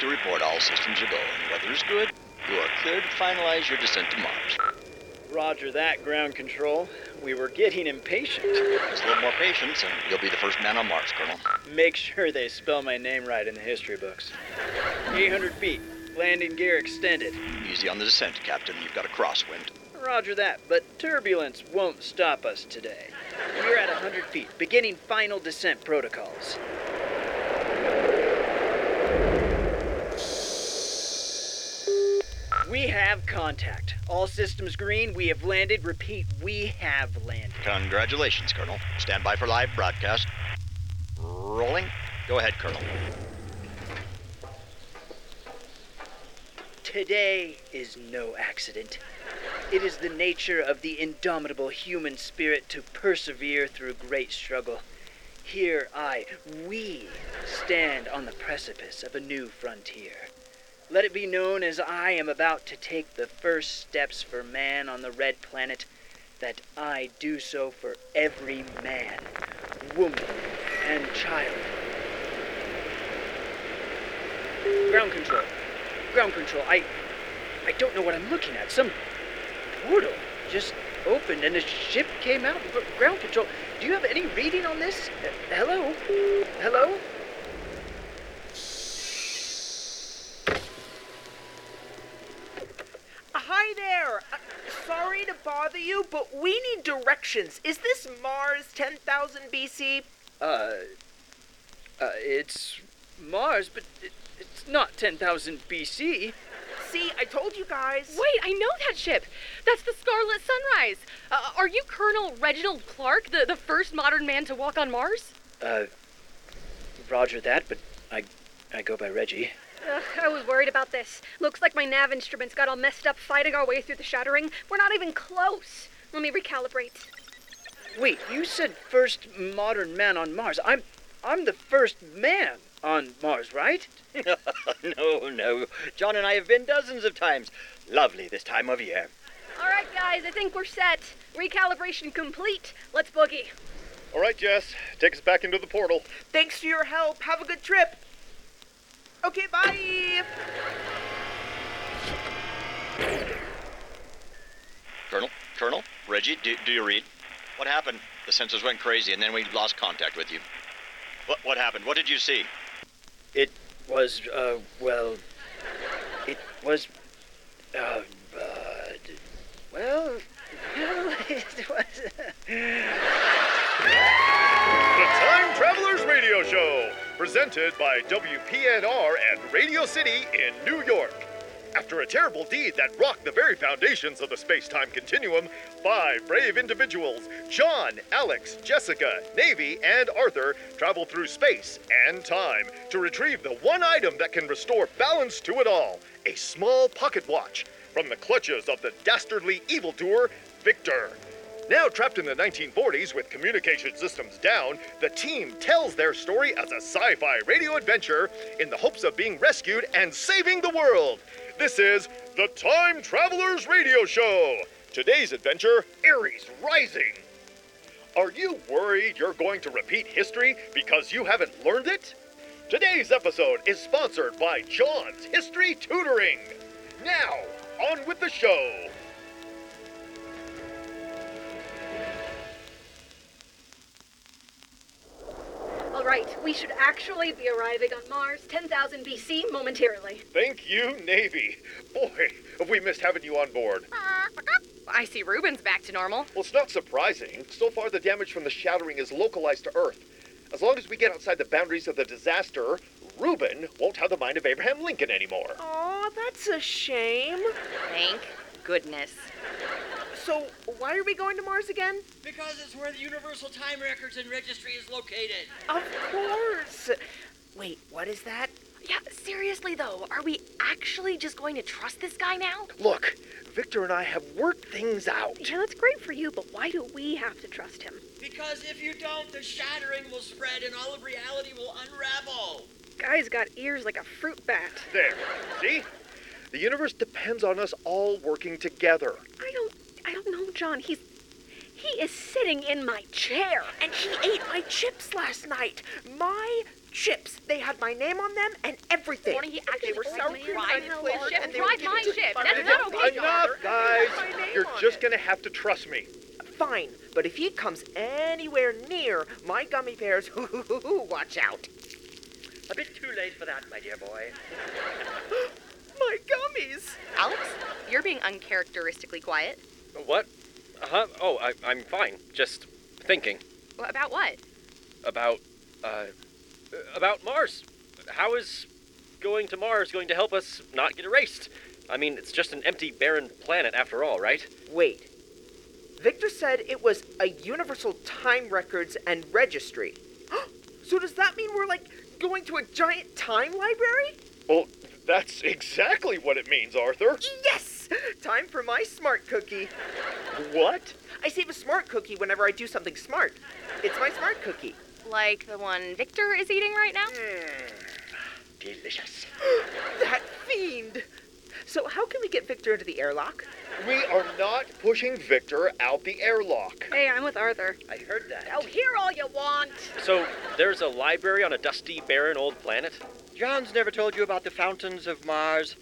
to report all systems are going. Weather is good. You are cleared to finalize your descent to Mars. Roger that, ground control. We were getting impatient. Just a little more patience, and you'll be the first man on Mars, Colonel. Make sure they spell my name right in the history books. 800 feet. Landing gear extended. Easy on the descent, Captain. You've got a crosswind. Roger that, but turbulence won't stop us today. We're at 100 feet, beginning final descent protocols. We have contact. All systems green. We have landed. Repeat, we have landed. Congratulations, Colonel. Stand by for live broadcast. Rolling. Go ahead, Colonel. Today is no accident. It is the nature of the indomitable human spirit to persevere through great struggle. Here I, we, stand on the precipice of a new frontier. Let it be known as I am about to take the first steps for man on the red planet that I do so for every man, woman, and child. Ground control. Ground control. I I don't know what I'm looking at. Some portal just opened and a ship came out. Gr- Ground control. Do you have any reading on this? Uh, hello? Hello? Hi there. Uh, sorry to bother you, but we need directions. Is this Mars 10,000 BC? Uh, uh it's Mars, but it, it's not 10,000 BC. See, I told you guys. Wait, I know that ship. That's the Scarlet Sunrise. Uh, are you Colonel Reginald Clark, the, the first modern man to walk on Mars? Uh, roger that, but I, I go by Reggie. Ugh, I was worried about this. Looks like my nav instruments got all messed up fighting our way through the shattering. We're not even close. Let me recalibrate. Wait, you said first modern man on Mars. I'm, I'm the first man on Mars, right? no, no. John and I have been dozens of times. Lovely this time of year. All right, guys, I think we're set. Recalibration complete. Let's boogie. All right, Jess, take us back into the portal. Thanks for your help. Have a good trip. Okay, bye. Colonel, Colonel, Reggie, do, do you read? What happened? The sensors went crazy, and then we lost contact with you. What, what happened? What did you see? It was, uh, well, it was, uh, uh d- well, well, it was. uh, The Time Travelers Radio Show, presented by WPNR and Radio City in New York. After a terrible deed that rocked the very foundations of the space time continuum, five brave individuals, John, Alex, Jessica, Navy, and Arthur, travel through space and time to retrieve the one item that can restore balance to it all a small pocket watch from the clutches of the dastardly evildoer, Victor. Now trapped in the 1940s with communication systems down, the team tells their story as a sci fi radio adventure in the hopes of being rescued and saving the world. This is the Time Travelers Radio Show. Today's adventure Ares Rising. Are you worried you're going to repeat history because you haven't learned it? Today's episode is sponsored by John's History Tutoring. Now, on with the show. All right, we should actually be arriving on Mars 10,000 BC momentarily. Thank you, Navy. Boy, have we missed having you on board. I see Ruben's back to normal. Well, it's not surprising. So far, the damage from the shattering is localized to Earth. As long as we get outside the boundaries of the disaster, Reuben won't have the mind of Abraham Lincoln anymore. Aw, that's a shame. Thank goodness. So, why are we going to Mars again? Because it's where the Universal Time Records and Registry is located. Of course. Wait, what is that? Yeah, seriously though, are we actually just going to trust this guy now? Look, Victor and I have worked things out. Yeah, that's great for you, but why do we have to trust him? Because if you don't, the shattering will spread and all of reality will unravel. Guy's got ears like a fruit bat. There. See? The universe depends on us all working together. I don't I don't know, John. He's he is sitting in my chair. And he ate my chips last night. My ships. They had my name on them and everything. Morning, he they actually were so tried cried my flavored, ship, and they tried were my given to ship. fun That's and not okay, Enough, daughter, guys. and they had my name You're on just it. gonna have to trust me. Fine, but if he comes anywhere near my gummy bears, watch out. A bit too late for that, my dear boy. My gummies. Alex, you're being uncharacteristically quiet. What? Uh huh. Oh, I, I'm fine. Just thinking Wh- About what? about, uh, about Mars. How is going to Mars going to help us not get erased? I mean, it's just an empty, barren planet after all, right? Wait. Victor said it was a universal time records and registry. so does that mean we're like going to a giant time library? Well, that's exactly what it means, Arthur. Yes! Time for my smart cookie. What? I save a smart cookie whenever I do something smart. It's my smart cookie. Like the one Victor is eating right now? Delicious. Hmm. That fiend! So, how can we get Victor into the airlock? We are not pushing Victor out the airlock. Hey, I'm with Arthur. I heard that. Oh, hear all you want. So there's a library on a dusty, barren old planet. John's never told you about the fountains of Mars.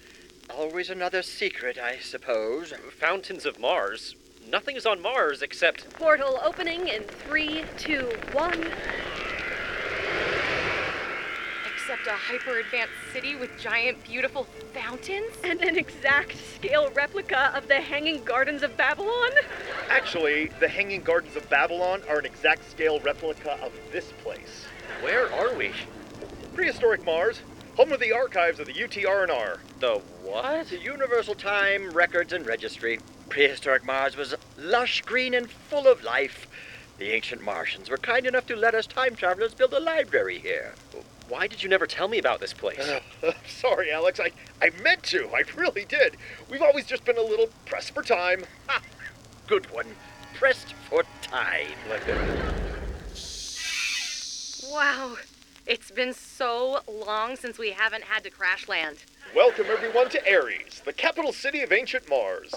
Always another secret, I suppose. Fountains of Mars. Nothing is on Mars except Portal opening in three, two, one. Except a hyper advanced city with giant, beautiful fountains? And an exact scale replica of the Hanging Gardens of Babylon? Actually, the Hanging Gardens of Babylon are an exact scale replica of this place. where are we? Prehistoric Mars, home of the archives of the UTR&R. The what? The Universal Time Records and Registry. Prehistoric Mars was lush, green, and full of life. The ancient Martians were kind enough to let us time travelers build a library here. Why did you never tell me about this place? Sorry, Alex, I, I meant to. I really did. We've always just been a little pressed for time. Good one. Pressed for time. Wow. It's been so long since we haven't had to crash land. Welcome, everyone, to Ares, the capital city of ancient Mars.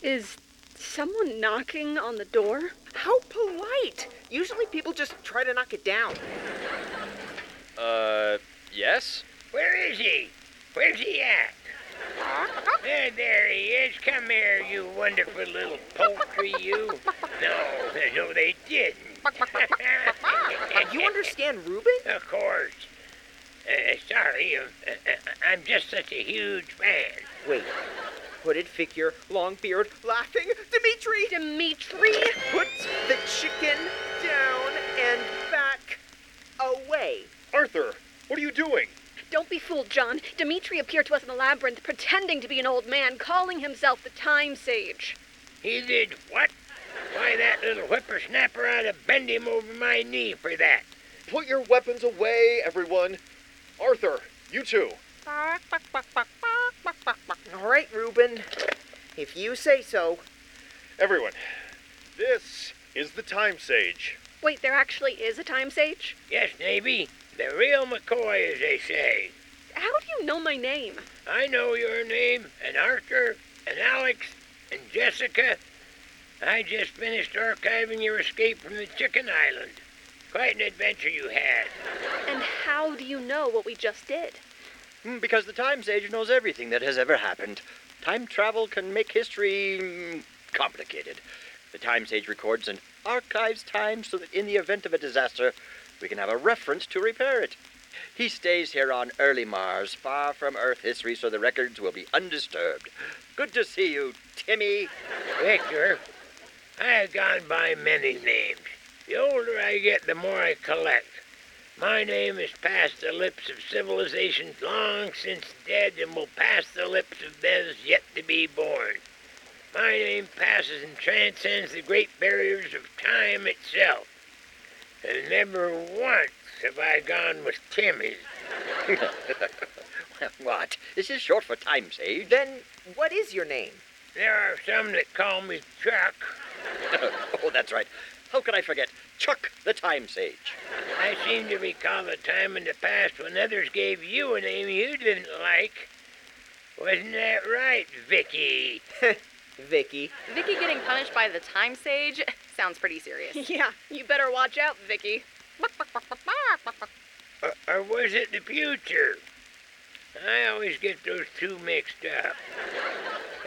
Is someone knocking on the door? How polite! Usually people just try to knock it down. Uh, yes? Where is he? Where's he at? There, there he is. Come here, you wonderful little poultry, you. No, no, they didn't. Uh, you understand Reuben? Of course. Uh, sorry, uh, uh, uh, I'm just such a huge fan. Wait. Hooded figure, long beard, laughing. Dimitri! Dimitri? Put the chicken down and back away. Arthur, what are you doing? Don't be fooled, John. Dimitri appeared to us in the labyrinth pretending to be an old man, calling himself the Time Sage. He did what? Why, that little whippersnapper ought to bend him over my knee for that. Put your weapons away, everyone. Arthur, you too. All right, Reuben. If you say so. Everyone, this is the Time Sage. Wait, there actually is a Time Sage? Yes, Navy, the real McCoy, as they say. How do you know my name? I know your name, and Arthur, and Alex, and Jessica. I just finished archiving your escape from the Chicken Island. Quite an adventure you had. And how do you know what we just did? Hmm, Because the Time Sage knows everything that has ever happened. Time travel can make history mm, complicated. The Time Sage records and archives time so that in the event of a disaster, we can have a reference to repair it. He stays here on early Mars, far from Earth history, so the records will be undisturbed. Good to see you, Timmy. Victor, I have gone by many names. The older I get, the more I collect. My name has passed the lips of civilizations long since dead and will pass the lips of those yet to be born. My name passes and transcends the great barriers of time itself. And never once have I gone with Timmy. What? This is short for Time Sage. Then what is your name? There are some that call me Chuck. oh, that's right. How could I forget? Chuck the Time Sage. I seem to recall a time in the past when others gave you a name you didn't like. Wasn't that right, Vicky? Vicky. Vicky getting punished by the time sage sounds pretty serious. Yeah, you better watch out, Vicky. Or, or was it the future? I always get those two mixed up.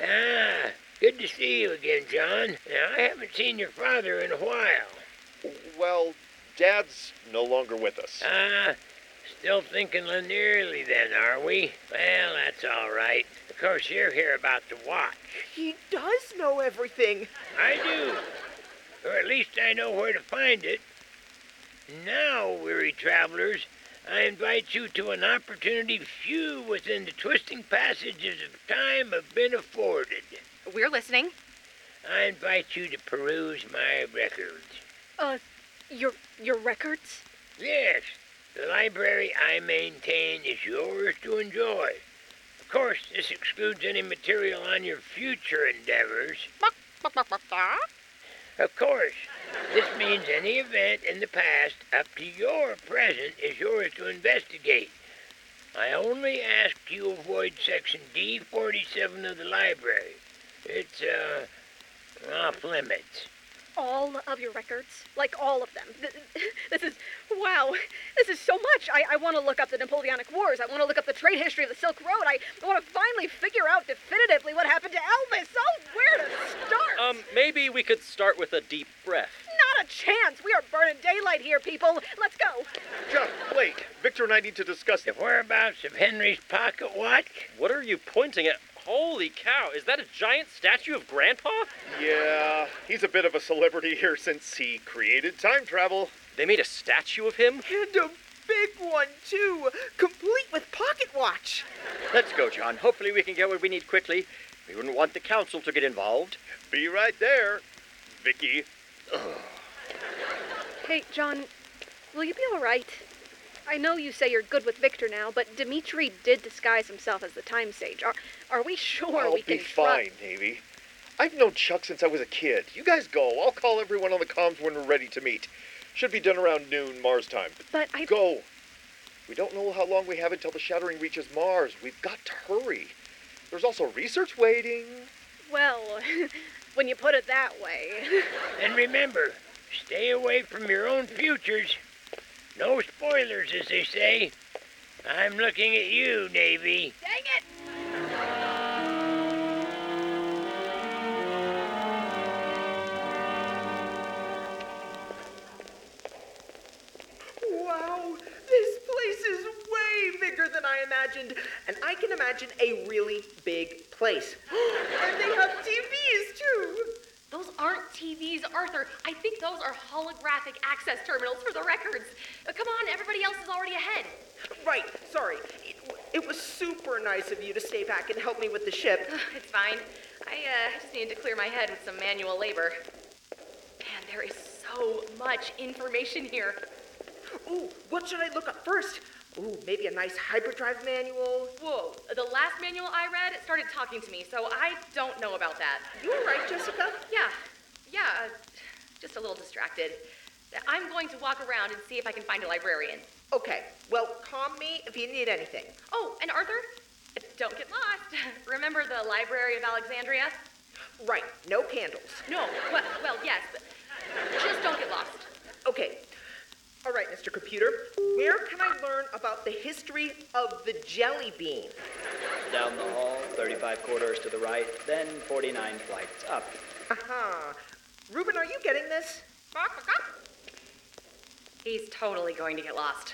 Ah, good to see you again, John. Now, I haven't seen your father in a while. Well, Dad's no longer with us. Ah, still thinking linearly then, are we? Well, that's all right. Of course, you're here about the watch. He does know everything. I do. Or at least I know where to find it. Now, weary travelers, I invite you to an opportunity few within the twisting passages of time have been afforded. We're listening. I invite you to peruse my records. Uh, Your your records? Yes, the library I maintain is yours to enjoy. Of course, this excludes any material on your future endeavors. Of course, this means any event in the past up to your present is yours to investigate. I only ask you avoid section D47 of the library. It's, uh, off limits. All of your records? Like all of them. Th- This is wow. This is so much. I, I want to look up the Napoleonic Wars. I want to look up the trade history of the Silk Road. I, I want to finally figure out definitively what happened to Elvis. Oh, where to start? Um, maybe we could start with a deep breath. Not a chance. We are burning daylight here, people. Let's go. Jeff, Blake, Victor and I need to discuss The whereabouts of Henry's pocket watch? What are you pointing at? Holy cow, is that a giant statue of Grandpa? Yeah, he's a bit of a celebrity here since he created time travel. They made a statue of him? And a big one, too, complete with pocket watch. Let's go, John. Hopefully, we can get what we need quickly. We wouldn't want the council to get involved. Be right there, Vicky. Hey, John, will you be all right? I know you say you're good with Victor now, but Dimitri did disguise himself as the Time Sage. Are, are we sure I'll we can be trust- fine, Navy. I've known Chuck since I was a kid. You guys go. I'll call everyone on the comms when we're ready to meet. Should be done around noon Mars time. But I Go. We don't know how long we have until the shattering reaches Mars. We've got to hurry. There's also research waiting. well, when you put it that way. And remember, stay away from your own futures. No spoilers, as they say. I'm looking at you, Navy. Dang it! Wow, this place is way bigger than I imagined. And I can imagine a really big place. and they have TVs, too. Those aren't TVs, Arthur. I think those are holographic access terminals for the records. Uh, come on, everybody else is already ahead. Right, sorry. It, it was super nice of you to stay back and help me with the ship. It's fine. I uh, just needed to clear my head with some manual labor. Man, there is so much information here. Ooh, what should I look up first? Ooh, maybe a nice hyperdrive manual. Whoa, the last manual I read started talking to me, so I don't know about that. You were right, Jessica. Yeah, yeah, uh, just a little distracted. I'm going to walk around and see if I can find a librarian. Okay, well, calm me if you need anything. Oh, and Arthur, don't get lost. Remember the Library of Alexandria? Right, no candles. No, well, well yes, but just don't get lost. Okay. All right, Mr. Computer. Where can I learn about the history of the jelly bean? Down the hall, 35 corridors to the right, then 49 flights up. Aha. Ruben, are you getting this? He's totally going to get lost.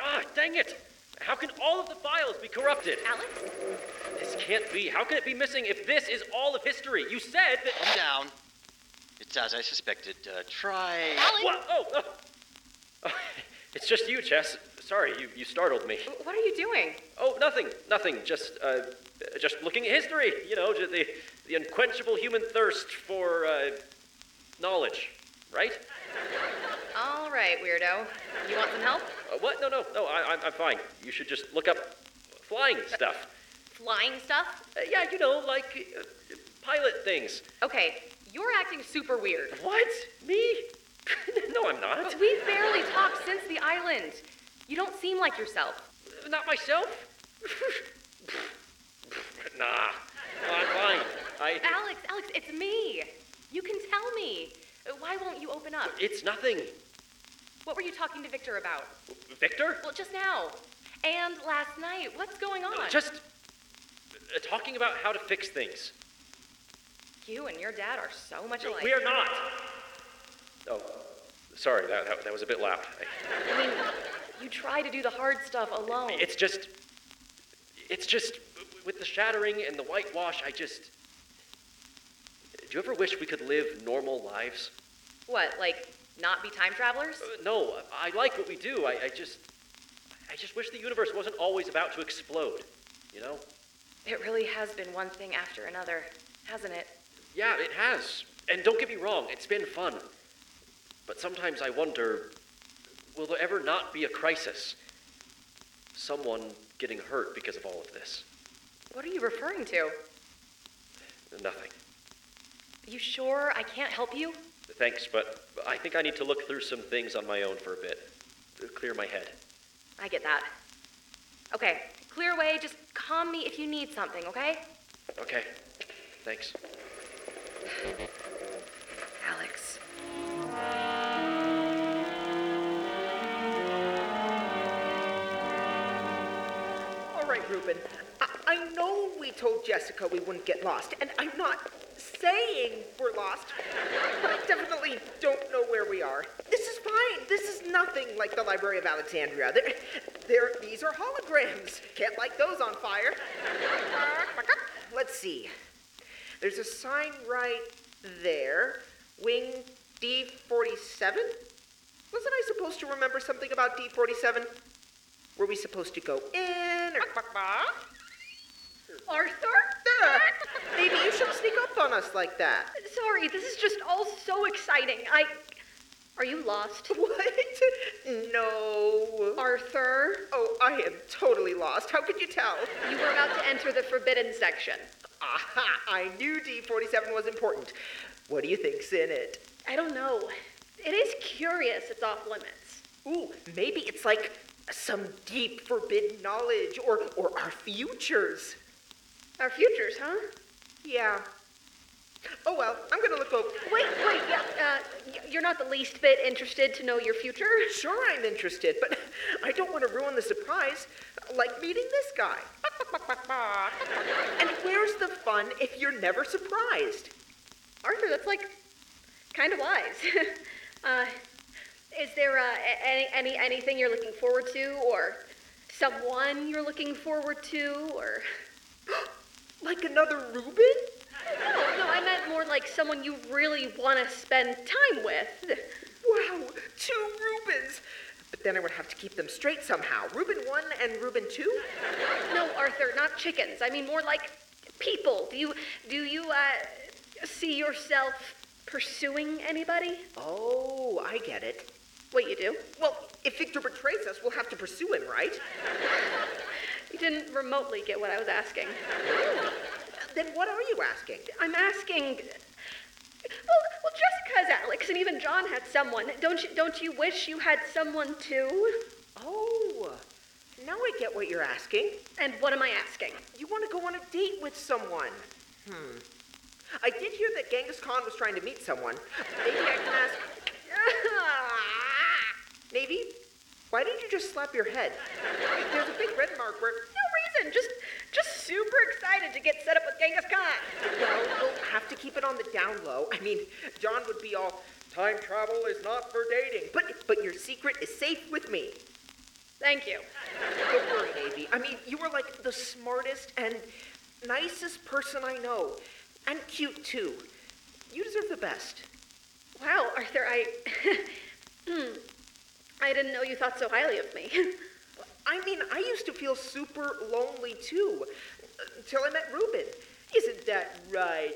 Ah, dang it! How can all of the files be corrupted? Alex? This can't be. How can it be missing if this is all of history? You said that. Calm down. It's as I suspected. Uh, try. Alex? Wha- Oh, oh. It's just you, Chess. Sorry, you, you startled me. What are you doing? Oh, nothing, nothing. Just, uh, just looking at history. You know, ju- the the unquenchable human thirst for uh, knowledge, right? All right, weirdo. You want some help? Uh, what? No, no, no. I, I'm, I'm fine. You should just look up flying stuff. Flying stuff? Uh, yeah, you know, like uh, pilot things. Okay, you're acting super weird. What? Me? no, I'm not. But we've barely talked since the island. You don't seem like yourself. Uh, Not myself. nah. No, I'm fine. I. Alex, Alex, it's me. You can tell me. Uh, Why won't you open up? It's nothing. What were you talking to Victor about? Victor? Well, just now. And last night. What's going on? Just uh, talking about how to fix things. You and your dad are so much alike. We are not. Oh, sorry, that, that, that was a bit loud. I mean, you try to do the hard stuff alone. It's just. It's just. With the shattering and the whitewash, I just. Do you ever wish we could live normal lives? What, like not be time travelers? Uh, no, I like what we do. I, I just. I just wish the universe wasn't always about to explode, you know? It really has been one thing after another, hasn't it? Yeah, it has. And don't get me wrong, it's been fun. But sometimes I wonder will there ever not be a crisis? Someone getting hurt because of all of this? What are you referring to? Nothing. You sure I can't help you? Thanks, but I think I need to look through some things on my own for a bit. Clear my head. I get that. Okay, clear away. Just calm me if you need something, okay? Okay. Thanks. Alex. All right, Ruben. I, I know we told Jessica we wouldn't get lost, and I'm not saying we're lost, but I definitely don't know where we are. This is fine. This is nothing like the Library of Alexandria. There, there, these are holograms. Can't light those on fire. Let's see. There's a sign right there. Wing D47? Wasn't I supposed to remember something about D47? Were we supposed to go in or Arthur? There. Maybe you should sneak up on us like that. Sorry, this is just all so exciting. I. Are you lost? What? No. Arthur? Oh, I am totally lost. How could you tell? You were about to enter the forbidden section. Aha! I knew D47 was important. What do you think's in it? I don't know. It is curious it's off limits. Ooh, maybe it's like some deep forbidden knowledge or, or our futures. Our futures, huh? Yeah. Oh well, I'm gonna look over. Wait, wait, yeah, uh, y- you're not the least bit interested to know your future? Sure, I'm interested, but I don't want to ruin the surprise, like meeting this guy. and where's the fun if you're never surprised? Arthur, that's like kind of wise. uh, is there uh, a- any, any anything you're looking forward to, or someone you're looking forward to, or Like another Reuben? no, no, I meant more like someone you really want to spend time with. Wow, two Reubens! But then I would have to keep them straight somehow. Reuben 1 and Reuben 2? No, Arthur, not chickens. I mean more like people. Do you do you uh, see yourself pursuing anybody? Oh, I get it. Wait, you do? Well, if Victor betrays us, we'll have to pursue him, right? You didn't remotely get what I was asking. Then what are you asking? I'm asking. Well, well, just 'cause Alex and even John had someone, don't you? Don't you wish you had someone too? Oh, now I get what you're asking. And what am I asking? You want to go on a date with someone. Hmm. I did hear that Genghis Khan was trying to meet someone. Maybe I can ask. Navy, why did you just slap your head? There's a big red mark where. No reason. Just, just super excited to get set up with Genghis Khan. Well, we'll have to keep it on the down low. I mean, John would be all, time travel is not for dating. But, but your secret is safe with me. Thank you. Don't worry, Navy. I mean, you were like the smartest and nicest person I know. And cute, too. You deserve the best. Wow, Oh, Arthur, I. Hmm. I didn't know you thought so highly of me. I mean, I used to feel super lonely, too, until I met Ruben. Isn't that right?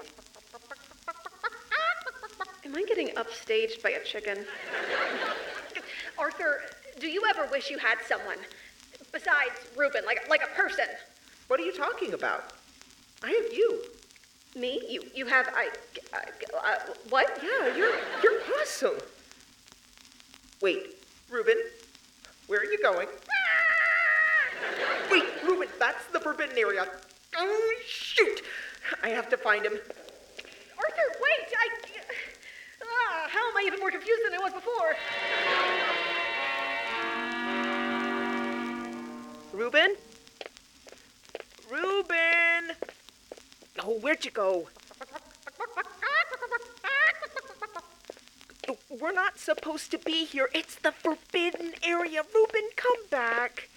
Am I getting upstaged by a chicken? Arthur, do you ever wish you had someone besides Reuben, like like a person? What are you talking about? I have you. Me? You you have I, I uh, what? Yeah, you're, you're awesome. Wait, Ruben, where are you going? Wait, Ruben, that's the forbidden area. Oh, shoot! I have to find him. Arthur, wait! I ah, how am I even more confused than I was before? Oh, where'd you go? We're not supposed to be here. It's the forbidden area. Reuben, come back.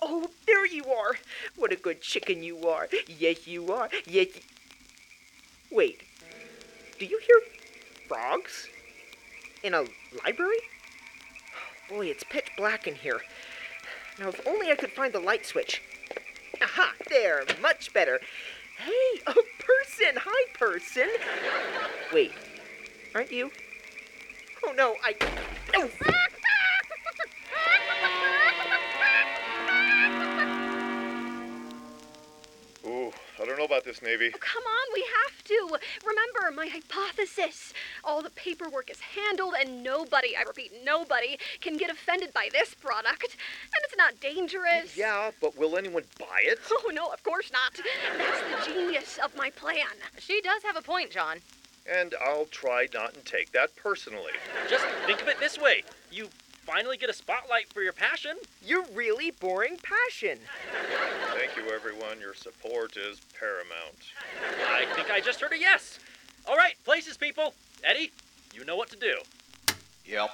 Oh, there you are. What a good chicken you are. Yes, you are. Yes. y- Wait. Do you hear frogs? In a library? Boy, it's pitch black in here. Now, if only I could find the light switch. Aha, there, much better. Hey, a person! Hi, person! Wait, aren't you? Oh no, I. Oh. Ooh, I don't know about this, Navy. Come on, we have to. Remember my hypothesis. All the paperwork is handled, and nobody, I repeat, nobody, can get offended by this product. And it's not dangerous. Yeah, but will anyone buy it? Oh, no, of course not. That's the genius of my plan. She does have a point, John. And I'll try not and take that personally. Just think of it this way you finally get a spotlight for your passion. You're really boring passion. Thank you, everyone. Your support is paramount. I think I just heard a yes. All right, places, people. Eddie, you know what to do. Yep.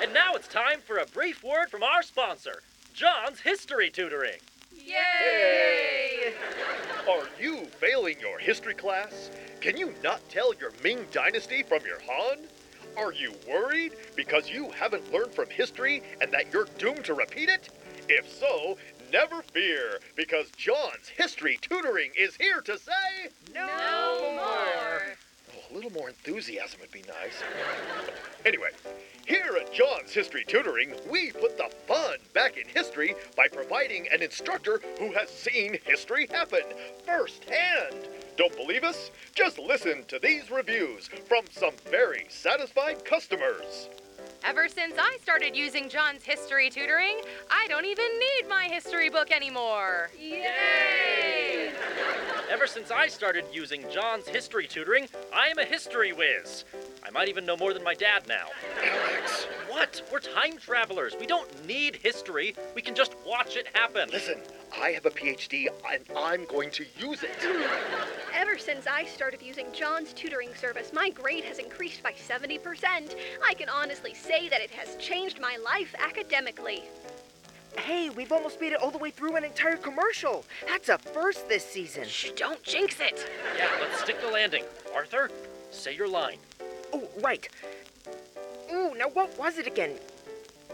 And now it's time for a brief word from our sponsor, John's History Tutoring. Yay! Are you failing your history class? Can you not tell your Ming Dynasty from your Han? Are you worried because you haven't learned from history and that you're doomed to repeat it? If so, never fear, because John's History Tutoring is here to say no, more. Oh, a little more enthusiasm would be nice. Anyway, here at John's History Tutoring, we put the fun back in history by providing an instructor who has seen history happen firsthand. Don't believe us? Just listen to these reviews from some very satisfied customers. Ever since I started using John's history tutoring, I don't even need my history book anymore. Yay! Ever since I started using John's History Tutoring, I am a history whiz. I might even know more than my dad now. Alex! What? We're time travelers. We don't need history, we can just watch it happen. Listen, I have a PhD and I'm going to use it. Ever since I started using John's tutoring service, my grade has increased by 70%. I can honestly say that it has changed my life academically. Hey, we've almost made it all the way through an entire commercial. That's a first this season. Shh, don't jinx it. Yeah, let's stick the landing. Arthur, say your line. Oh, right. Ooh, now what was it again?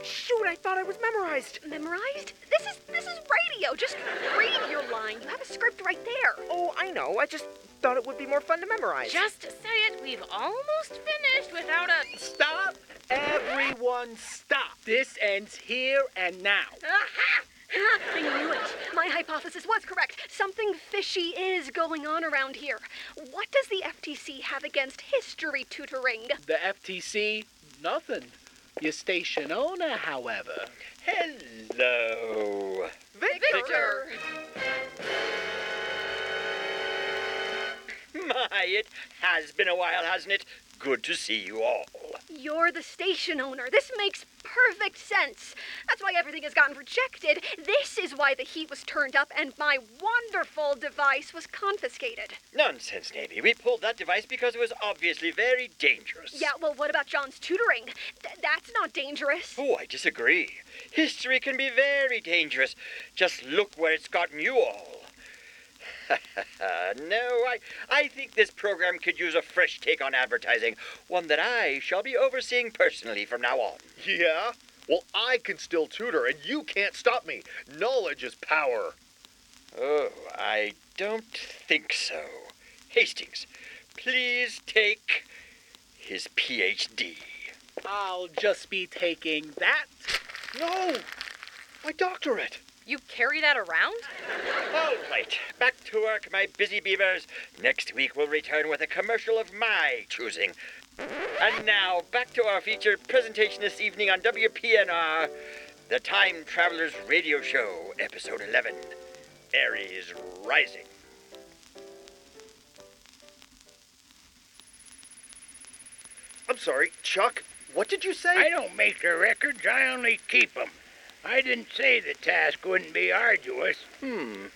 Shoot, I thought I was memorized. Memorized? This is this is radio. Just read your line. You have a script right there. Oh, I know. I just thought it would be more fun to memorize. Just say it. We've almost finished without a. Stop! Everyone stop! This ends here and now. Aha! Ha, I knew it. My hypothesis was correct. Something fishy is going on around here. What does the FTC have against history tutoring? The FTC, nothing. Your station owner, however. Oh. Hello. Victor! My, it has been a while, hasn't it? Good to see you all. You're the station owner. This makes perfect sense. That's why everything has gotten rejected. This is why the heat was turned up and my wonderful device was confiscated. Nonsense, Navy. We pulled that device because it was obviously very dangerous. Yeah, well, what about John's tutoring? Th- that's not dangerous. Oh, I disagree. History can be very dangerous. Just look where it's gotten you all. no, I, I think this program could use a fresh take on advertising, one that I shall be overseeing personally from now on. Yeah? Well, I can still tutor and you can't stop me. Knowledge is power. Oh, I don't think so. Hastings, please take his PhD. I'll just be taking that. No! My doctorate! You carry that around? All right, back to work, my busy beavers. Next week we'll return with a commercial of my choosing. And now, back to our featured presentation this evening on WPNR The Time Travelers Radio Show, Episode 11 Aries Rising. I'm sorry, Chuck, what did you say? I don't make the records, I only keep 'em. I didn't say the task wouldn't be arduous. Hmm.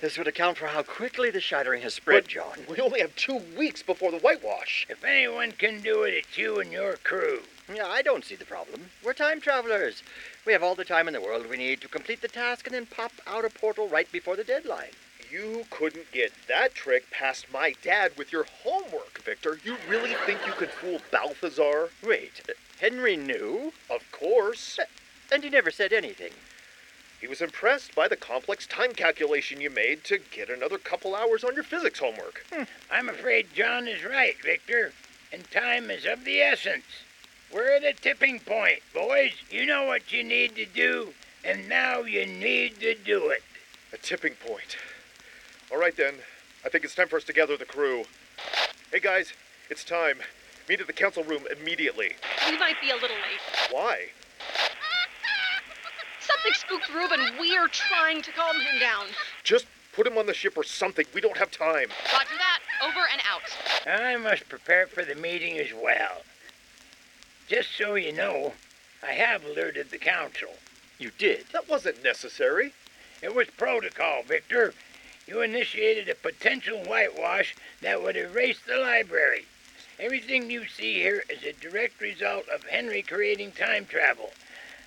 This would account for how quickly the shattering has spread, John. We only have two weeks before the whitewash. If anyone can do it, it's you and your crew. Yeah, I don't see the problem. We're time travelers. We have all the time in the world we need to complete the task and then pop out a portal right before the deadline. You couldn't get that trick past my dad with your homework, Victor. You really think you could fool Balthazar? Wait, Henry knew? Uh, Of course. And he never said anything. He was impressed by the complex time calculation you made to get another couple hours on your physics homework. I'm afraid John is right, Victor. And time is of the essence. We're at a tipping point, boys. You know what you need to do, and now you need to do it. A tipping point. All right, then. I think it's time for us to gather the crew. Hey, guys, it's time. Meet at the council room immediately. We might be a little late. Why? Something spooked Reuben. We're trying to calm him down. Just put him on the ship or something. We don't have time. Roger that. Over and out. I must prepare for the meeting as well. Just so you know, I have alerted the council. You did? That wasn't necessary. It was protocol, Victor. You initiated a potential whitewash that would erase the library. Everything you see here is a direct result of Henry creating time travel.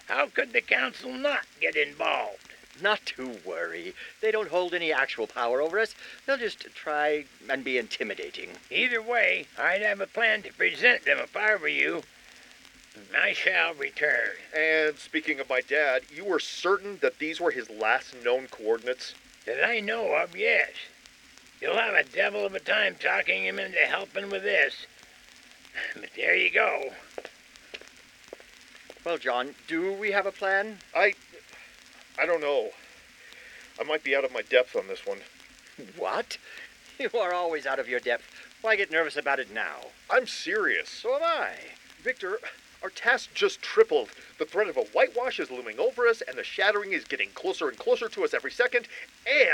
How could the council not get involved? Not to worry. They don't hold any actual power over us. They'll just try and be intimidating. Either way, I'd have a plan to present them if I were you. I shall return. And speaking of my dad, you were certain that these were his last known coordinates? That I know of, yes. You'll have a devil of a time talking him into helping with this. But there you go. Well, John, do we have a plan? I. I don't know. I might be out of my depth on this one. What? You are always out of your depth. Why get nervous about it now? I'm serious. So am I. Victor, our task just tripled. The threat of a whitewash is looming over us, and the shattering is getting closer and closer to us every second.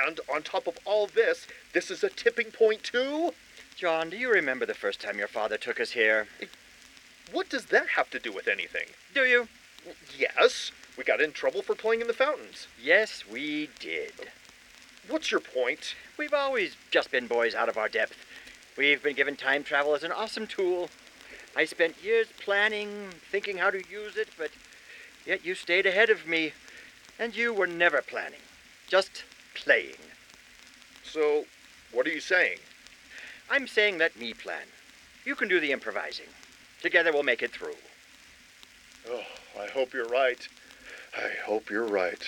And on top of all this, this is a tipping point, too? John, do you remember the first time your father took us here? What does that have to do with anything? Do you? Yes, we got in trouble for playing in the fountains. Yes, we did. What's your point? We've always just been boys out of our depth. We've been given time travel as an awesome tool. I spent years planning, thinking how to use it, but yet you stayed ahead of me. And you were never planning, just playing. So, what are you saying? I'm saying let me plan. You can do the improvising. Together we'll make it through. Oh, I hope you're right. I hope you're right.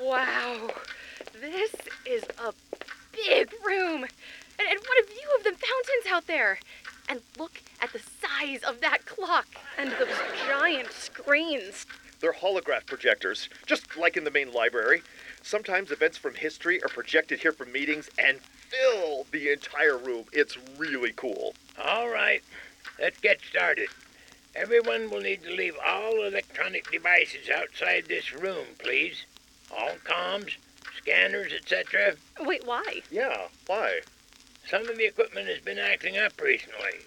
Wow. This is a big room. And, and what a view of the mountains out there. And look at the size of that clock. And those giant screens. They're holograph projectors, just like in the main library. Sometimes events from history are projected here for meetings and fill the entire room. It's really cool. All right, let's get started. Everyone will need to leave all electronic devices outside this room, please. All comms, scanners, etc. Wait, why? Yeah, why? Some of the equipment has been acting up recently.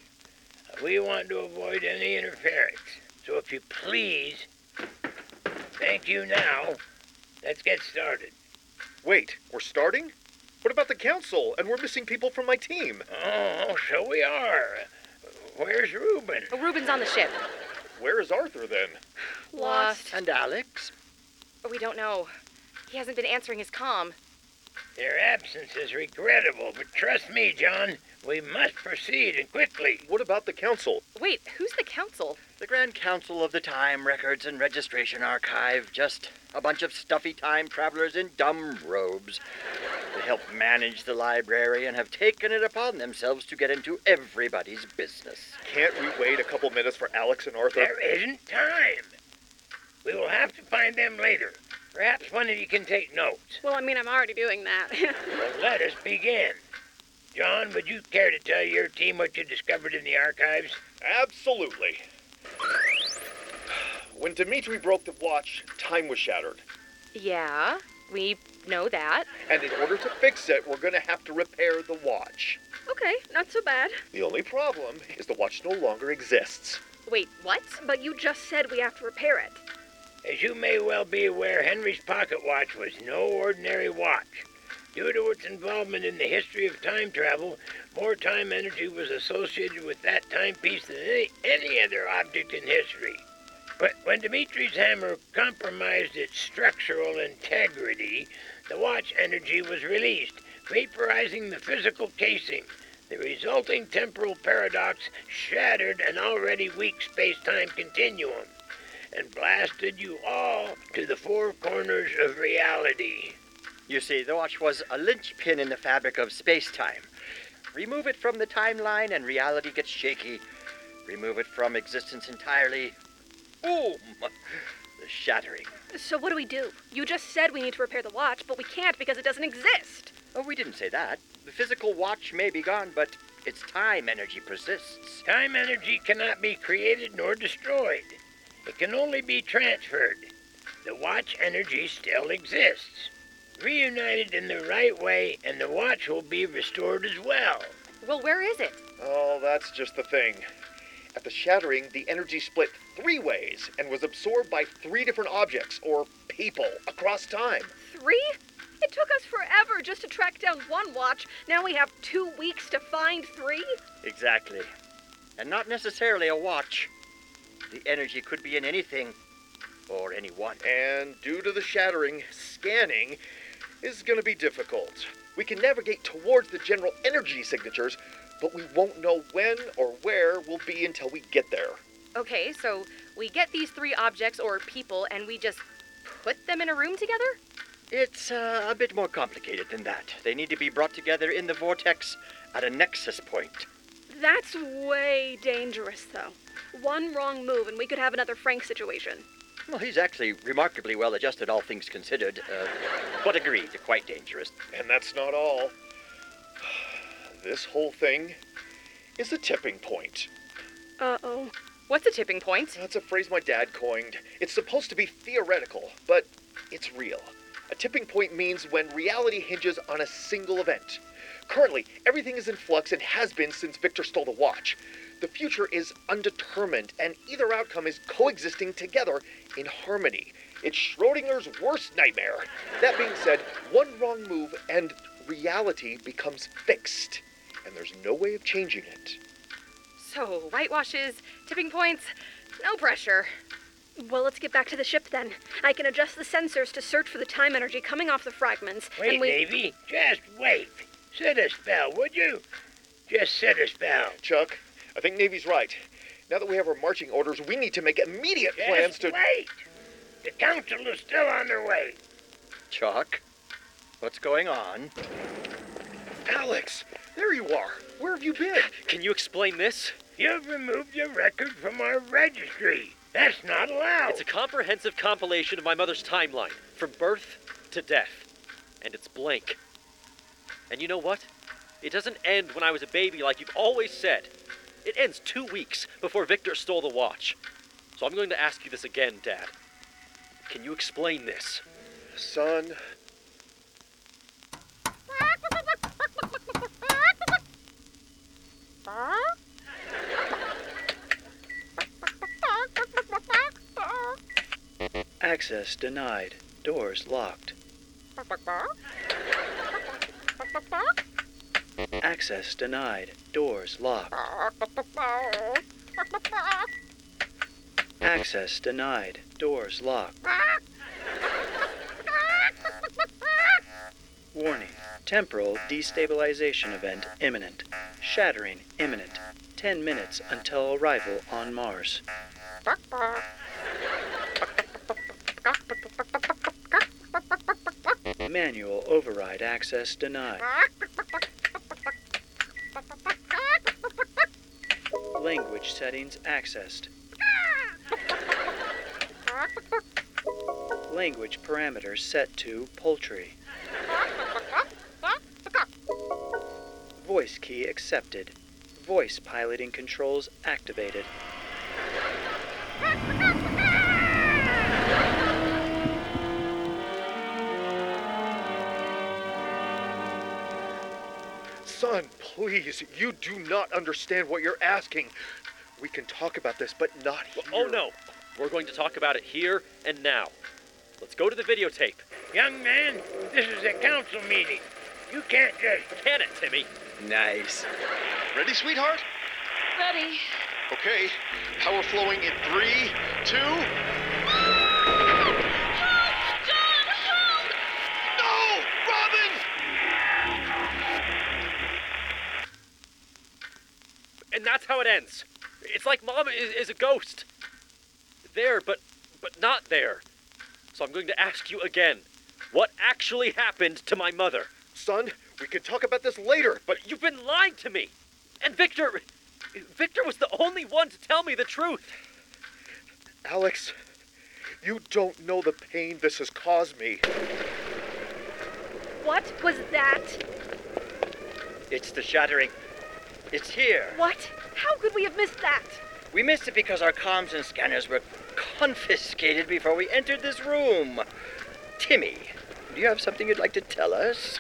We want to avoid any interference. So if you please, thank you now. Let's get started. Wait, we're starting? What about the council? And we're missing people from my team. Oh, so we are. Where's Reuben? Oh, Reuben's on the ship. Where is Arthur then? Lost. Oh, And Alex? We don't know. He hasn't been answering his comm. Their absence is regrettable, but trust me, John, we must proceed and quickly. What about the council? Wait, who's the council? The Grand Council of the Time Records and Registration Archive, just a bunch of stuffy time travelers in dumb robes. They help manage the library and have taken it upon themselves to get into everybody's business. Can't we wait a couple minutes for Alex and Arthur? There isn't time. We will have to find them later. Perhaps one of you can take notes. Well, I mean, I'm already doing that. Well, let us begin. John, would you care to tell your team what you discovered in the archives? Absolutely. When Dimitri broke the watch, time was shattered. Yeah, we know that. And in order to fix it, we're going to have to repair the watch. okay, not so bad. The only problem is the watch no longer exists. Wait, what? But you just said we have to repair it. As you may well be aware, Henry's pocket watch was no ordinary watch. Due to its involvement in the history of time travel, more time energy was associated with that timepiece than any, any other object in history. But when Dimitri's hammer compromised its structural integrity, the watch energy was released, vaporizing the physical casing. The resulting temporal paradox shattered an already weak space time continuum and blasted you all to the four corners of reality. You see, the watch was a linchpin in the fabric of space time. Remove it from the timeline and reality gets shaky. Remove it from existence entirely. Boom! The shattering. So what do we do? You just said we need to repair the watch, but we can't because it doesn't exist. Oh, we didn't say that. The physical watch may be gone, but its time energy persists. Time energy cannot be created nor destroyed. It can only be transferred. The watch energy still exists. Reunited in the right way, and the watch will be restored as well. Well, where is it? Oh, that's just the thing. At the shattering, the energy split three ways and was absorbed by three different objects, or people, across time. Three? It took us forever just to track down one watch. Now we have two weeks to find three? Exactly. And not necessarily a watch. The energy could be in anything or anyone. And due to the shattering, scanning is going to be difficult. We can navigate towards the general energy signatures, but we won't know when or where we'll be until we get there. Okay, so we get these three objects or people and we just put them in a room together? It's uh, a bit more complicated than that. They need to be brought together in the vortex at a nexus point. That's way dangerous, though. One wrong move and we could have another Frank situation. Well, he's actually remarkably well adjusted, all things considered. Uh, but agreed, quite dangerous. And that's not all. This whole thing is a tipping point. Uh oh. What's a tipping point? That's a phrase my dad coined. It's supposed to be theoretical, but it's real. A tipping point means when reality hinges on a single event. Currently, everything is in flux and has been since Victor stole the watch. The future is undetermined, and either outcome is coexisting together in harmony. It's Schrodinger's worst nightmare. That being said, one wrong move and reality becomes fixed, and there's no way of changing it. So, whitewashes, tipping points, no pressure. Well, let's get back to the ship then. I can adjust the sensors to search for the time energy coming off the fragments. Wait, and we... Navy, just wait. Sit a spell, would you? Just sit a spell. Chuck, I think Navy's right. Now that we have our marching orders, we need to make immediate Just plans to. Wait! The council is still on their way. Chuck, what's going on? Alex, there you are. Where have you been? Can you explain this? You've removed your record from our registry. That's not allowed. It's a comprehensive compilation of my mother's timeline, from birth to death. And it's blank. And you know what? It doesn't end when I was a baby, like you've always said. It ends two weeks before Victor stole the watch. So I'm going to ask you this again, Dad. Can you explain this? Son, Access denied. Doors locked. Access denied. Doors locked. Access denied. Doors locked. Warning. Temporal destabilization event imminent. Shattering imminent. 10 minutes until arrival on Mars. Manual override access denied. Language settings accessed. Language parameters set to poultry. Voice key accepted. Voice piloting controls activated. son, please, you do not understand what you're asking. We can talk about this, but not here. Oh no, we're going to talk about it here and now. Let's go to the videotape. Young man, this is a council meeting. You can't just. Can it, Timmy? Nice. Ready, sweetheart? Ready? Okay. Power flowing in three, two. No! Robin! And that's how it ends. It's like Mom is, is a ghost. There, but but not there. So I'm going to ask you again, what actually happened to my mother? Son, we can talk about this later, but you've been lying to me. And Victor Victor was the only one to tell me the truth. Alex, you don't know the pain this has caused me. What was that? It's the shattering. It's here. What? How could we have missed that? We missed it because our comms and scanners were confiscated before we entered this room. Timmy, do you have something you'd like to tell us?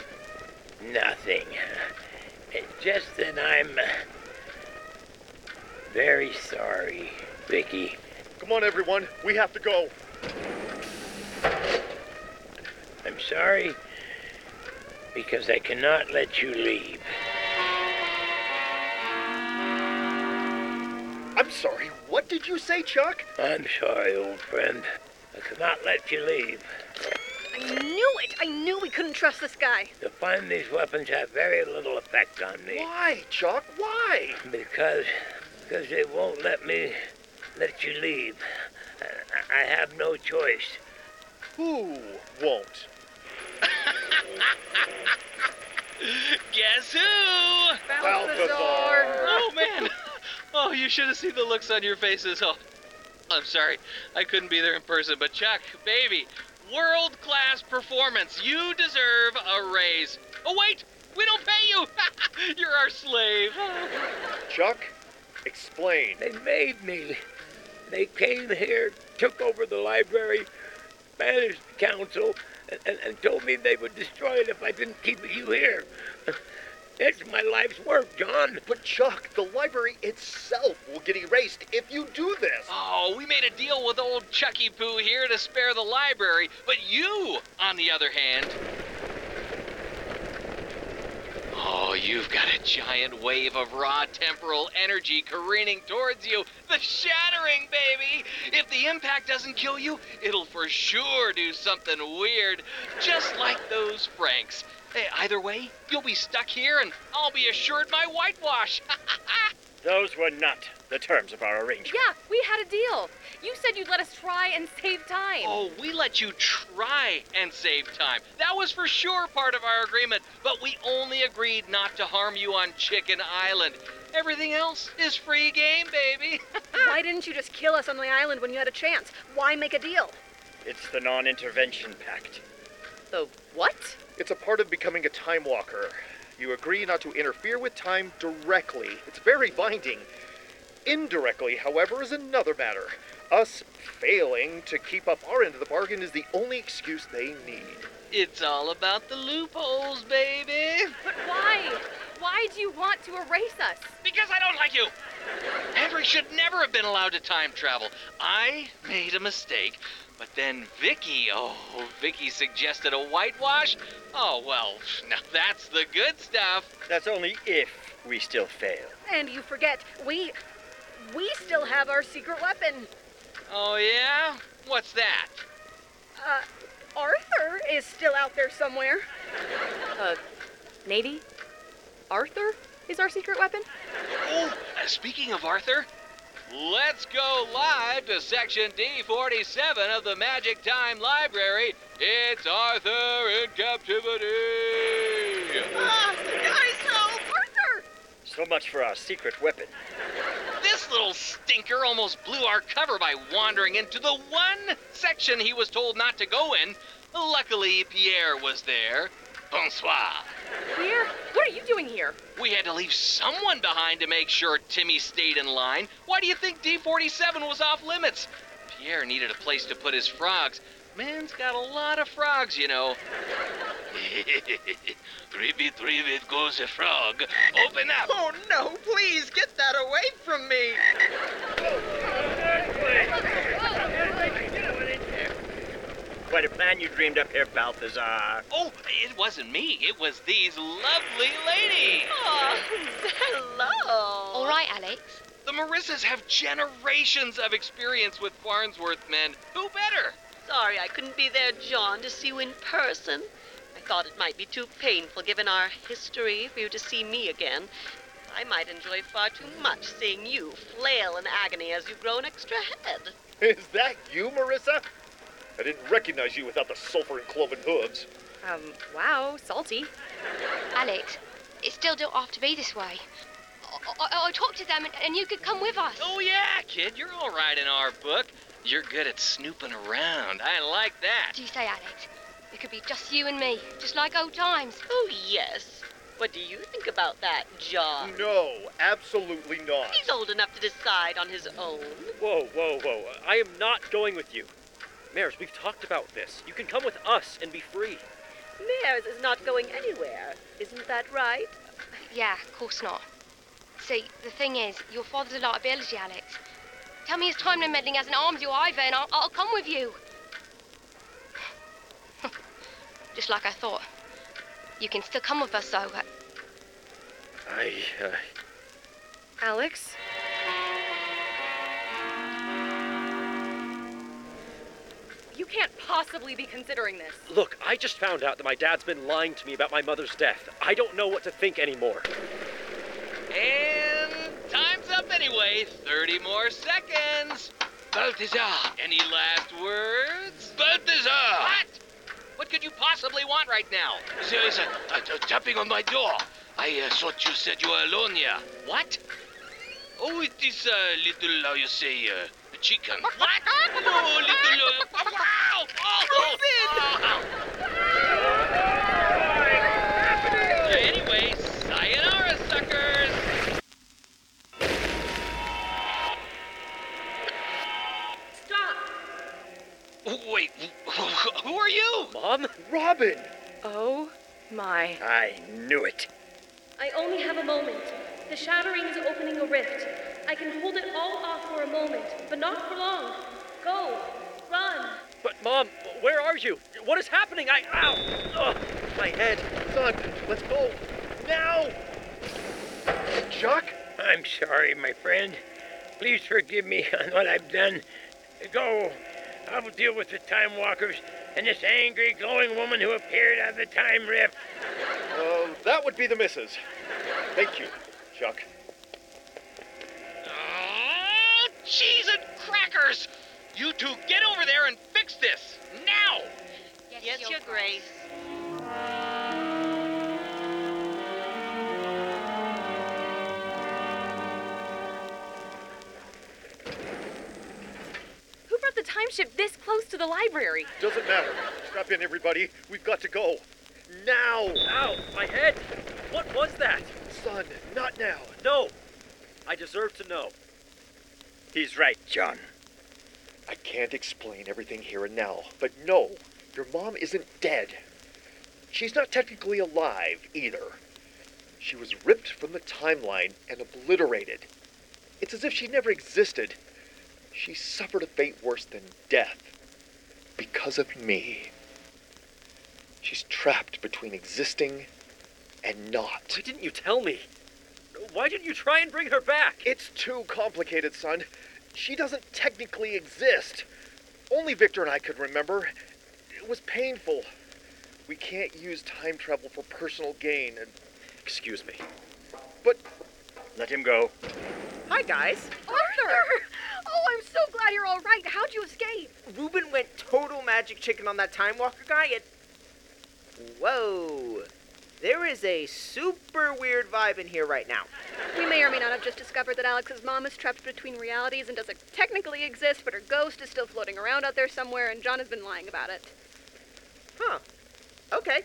Nothing. Just that I'm uh, very sorry, Vicky. Come on, everyone. We have to go. I'm sorry because I cannot let you leave. I'm sorry. What did you say, Chuck? I'm sorry, old friend. I cannot let you leave. I knew it! I knew we couldn't trust this guy. To find these weapons have very little effect on me. Why, Chuck? Why? Because, because they won't let me let you leave. I, I have no choice. Who won't? Guess who? Balthazar. Oh man. Oh, you should have seen the looks on your faces. Oh, I'm sorry. I couldn't be there in person, but Chuck, baby, world class performance. You deserve a raise. Oh, wait! We don't pay you! You're our slave. Chuck, explain. They made me. They came here, took over the library, managed the council, and, and, and told me they would destroy it if I didn't keep you here. It's my life's work, John. But Chuck, the library itself will get erased if you do this. Ah. Oh, we made a deal with old Chucky Poo here to spare the library, but you, on the other hand. Oh, you've got a giant wave of raw temporal energy careening towards you. The shattering, baby! If the impact doesn't kill you, it'll for sure do something weird, just like those Franks. Hey, either way, you'll be stuck here and I'll be assured my whitewash. Those were not the terms of our arrangement. Yeah, we had a deal. You said you'd let us try and save time. Oh, we let you try and save time. That was for sure part of our agreement, but we only agreed not to harm you on Chicken Island. Everything else is free game, baby. Why didn't you just kill us on the island when you had a chance? Why make a deal? It's the non intervention pact. The what? It's a part of becoming a time walker. You agree not to interfere with time directly. It's very binding. Indirectly, however, is another matter. Us failing to keep up our end of the bargain is the only excuse they need. It's all about the loopholes, baby. But why? Why do you want to erase us? Because I don't like you. Henry should never have been allowed to time travel. I made a mistake, but then Vicky, oh, Vicky suggested a whitewash. Oh, well, now that's the good stuff. That's only if we still fail. And you forget, we. we still have our secret weapon. Oh, yeah? What's that? Uh, Arthur is still out there somewhere. Uh, Nady? Arthur is our secret weapon? Oh, uh, speaking of Arthur, let's go live to section D47 of the Magic Time Library. It's Arthur in captivity. Ah, guys, help! Arthur! So much for our secret weapon. This little stinker almost blew our cover by wandering into the one section he was told not to go in. Luckily, Pierre was there. Bonsoir. Pierre, what are you doing here? We had to leave someone behind to make sure Timmy stayed in line. Why do you think D47 was off limits? Pierre needed a place to put his frogs. Man's got a lot of frogs, you know. Creepy Treevit goes a frog. Open up! Oh no, please get that away from me! Quite a plan you dreamed up here, Balthazar. Oh, it wasn't me. It was these lovely ladies. Oh, hello. All right, Alex. The Marissas have generations of experience with Farnsworth men. Who better? Sorry I couldn't be there, John, to see you in person. I thought it might be too painful, given our history, for you to see me again. I might enjoy far too much seeing you flail in agony as you grow an extra head. Is that you, Marissa? I didn't recognize you without the sulfur and cloven hooves. Um, wow, salty. Alex, It still don't have to be this way. I- I- I'll talk to them and, and you could come with us. Oh, yeah, kid, you're all right in our book. You're good at snooping around. I like that. Do you say, Alex? It could be just you and me, just like old times. Oh, yes. What do you think about that, John? No, absolutely not. He's old enough to decide on his own. Whoa, whoa, whoa. I am not going with you. Maris, we've talked about this. You can come with us and be free. Mares is not going anywhere. Isn't that right? Yeah, of course not. See, the thing is, your father's a liability, Alex. Tell me his time limit meddling hasn't harmed you either, and I'll, I'll come with you. just like I thought. You can still come with us, though. I. Uh, Alex? You can't possibly be considering this. Look, I just found out that my dad's been lying to me about my mother's death. I don't know what to think anymore. And time's up anyway. 30 more seconds. Balthazar, any last words? Balthazar! Oh. What? What could you possibly want right now? There is a, a- a tapping on my door. I uh, thought you said you were alone here. What? Oh, it is uh, little, how you say, uh, chicken. What? Oh, little. Uh, wow! Oh, oh, oh. Anyway, sayonara, suckers! Wait, who are you? Mom? Robin! Oh my. I knew it. I only have a moment. The shattering is opening a rift. I can hold it all off for a moment, but not for long. Go, run. But, Mom, where are you? What is happening? I. Ow! Ugh, my head. Son, let's go. Now! Chuck? I'm sorry, my friend. Please forgive me on what I've done. Go. I will deal with the Time Walkers and this angry, glowing woman who appeared out of the time rift. Uh, that would be the missus. Thank you, Chuck. Oh, cheese and crackers! You two get over there and fix this! Now! Yes, Your, Grace. Who brought the time ship this close to the library? Doesn't matter. Strap in, everybody. We've got to go. Now! Ow, my head! What was that? Son, not now. No! I deserve to know. He's right, John. I can't explain everything here and now, but no, your mom isn't dead. She's not technically alive either. She was ripped from the timeline and obliterated. It's as if she never existed. She suffered a fate worse than death because of me. She's trapped between existing and not. Why didn't you tell me? Why didn't you try and bring her back? It's too complicated, son. She doesn't technically exist. Only Victor and I could remember. It was painful. We can't use time travel for personal gain and. Excuse me. But. Let him go. Hi, guys. Arthur! Oh, I'm so glad you're all right. How'd you escape? Ruben went total magic chicken on that Time Walker guy and. Whoa! There is a super weird vibe in here right now. We may or may not have just discovered that Alex's mom is trapped between realities and doesn't technically exist, but her ghost is still floating around out there somewhere, and John has been lying about it. Huh. Okay.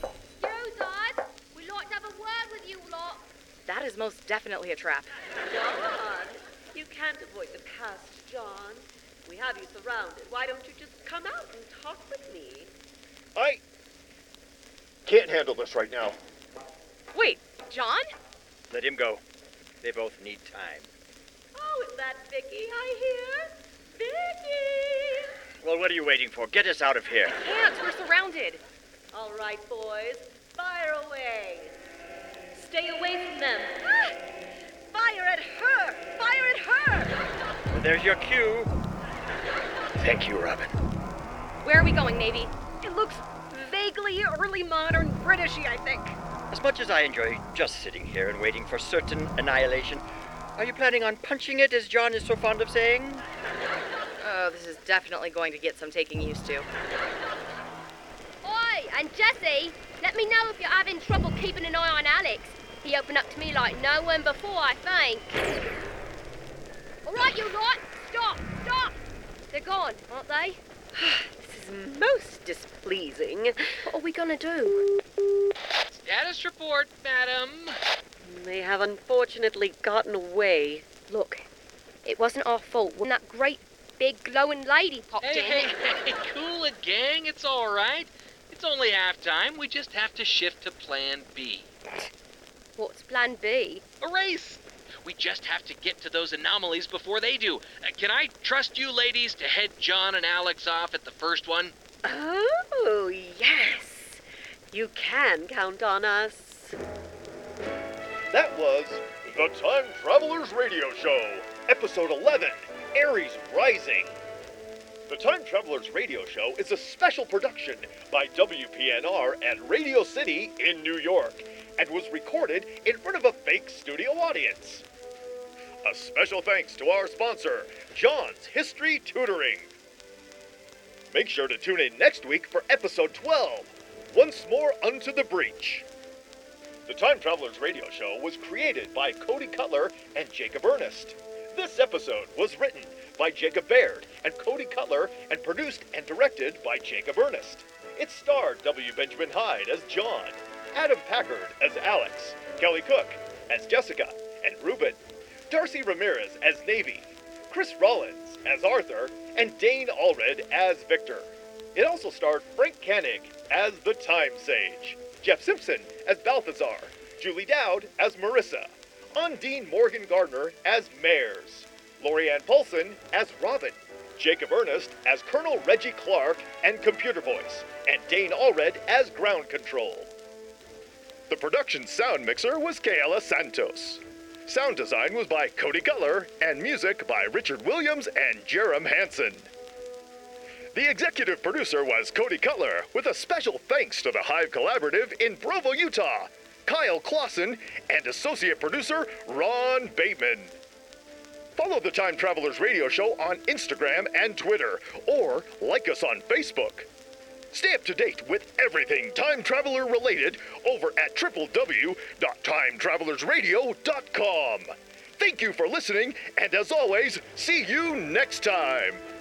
Rosard, we'd like to have a word with you lot. That is most definitely a trap. John, you can't avoid the past, John. We have you surrounded. Why don't you just come out and talk with me? I can't handle this right now. Wait, John? Let him go. They both need time. Oh, is that Vicky I hear? Vicky! Well, what are you waiting for? Get us out of here. Hands, we're surrounded. All right, boys. Fire away. Stay away from them. Ah! Fire at her! Fire at her! There's your cue. Thank you, Robin. Where are we going, Navy? It looks vaguely early modern Britishy, I think. As much as I enjoy just sitting here and waiting for certain annihilation, are you planning on punching it, as John is so fond of saying? Oh, this is definitely going to get some taking used to. Oi, and Jesse, let me know if you're having trouble keeping an eye on Alex. He opened up to me like no one before, I think. All right, you lot, stop, stop. They're gone, aren't they? This is most displeasing. What are we gonna do? Status report, madam. They have unfortunately gotten away. Look, it wasn't our fault when that great big glowing lady popped Hey, in. hey, hey, cool it, gang. It's all right. It's only halftime. We just have to shift to plan B. What's plan B? A race. We just have to get to those anomalies before they do. Uh, can I trust you ladies to head John and Alex off at the first one? Oh, yes. You can count on us. That was the Time Travelers Radio Show, Episode 11 Aries Rising. The Time Travelers Radio Show is a special production by WPNR at Radio City in New York and was recorded in front of a fake studio audience. A special thanks to our sponsor, John's History Tutoring. Make sure to tune in next week for Episode 12 Once More Unto the Breach. The Time Travelers Radio Show was created by Cody Cutler and Jacob Ernest. This episode was written by Jacob Baird and Cody Cutler and produced and directed by Jacob Ernest. It starred W. Benjamin Hyde as John, Adam Packard as Alex, Kelly Cook as Jessica and Ruben, Darcy Ramirez as Navy, Chris Rollins as Arthur, and Dane Allred as Victor. It also starred Frank Koenig as the Time Sage, Jeff Simpson as Balthazar, Julie Dowd as Marissa, Undine Morgan Gardner as Mares, Lorianne Paulson as Robin, Jacob Ernest as Colonel Reggie Clark and Computer Voice, and Dane Allred as Ground Control. The production sound mixer was Kayla Santos. Sound design was by Cody Guller, and music by Richard Williams and Jerem Hansen. The executive producer was Cody Cutler, with a special thanks to the Hive Collaborative in Provo, Utah, Kyle Clausen, and associate producer Ron Bateman. Follow the Time Travelers Radio Show on Instagram and Twitter, or like us on Facebook. Stay up to date with everything time traveler related over at www.timetravelersradio.com. Thank you for listening, and as always, see you next time.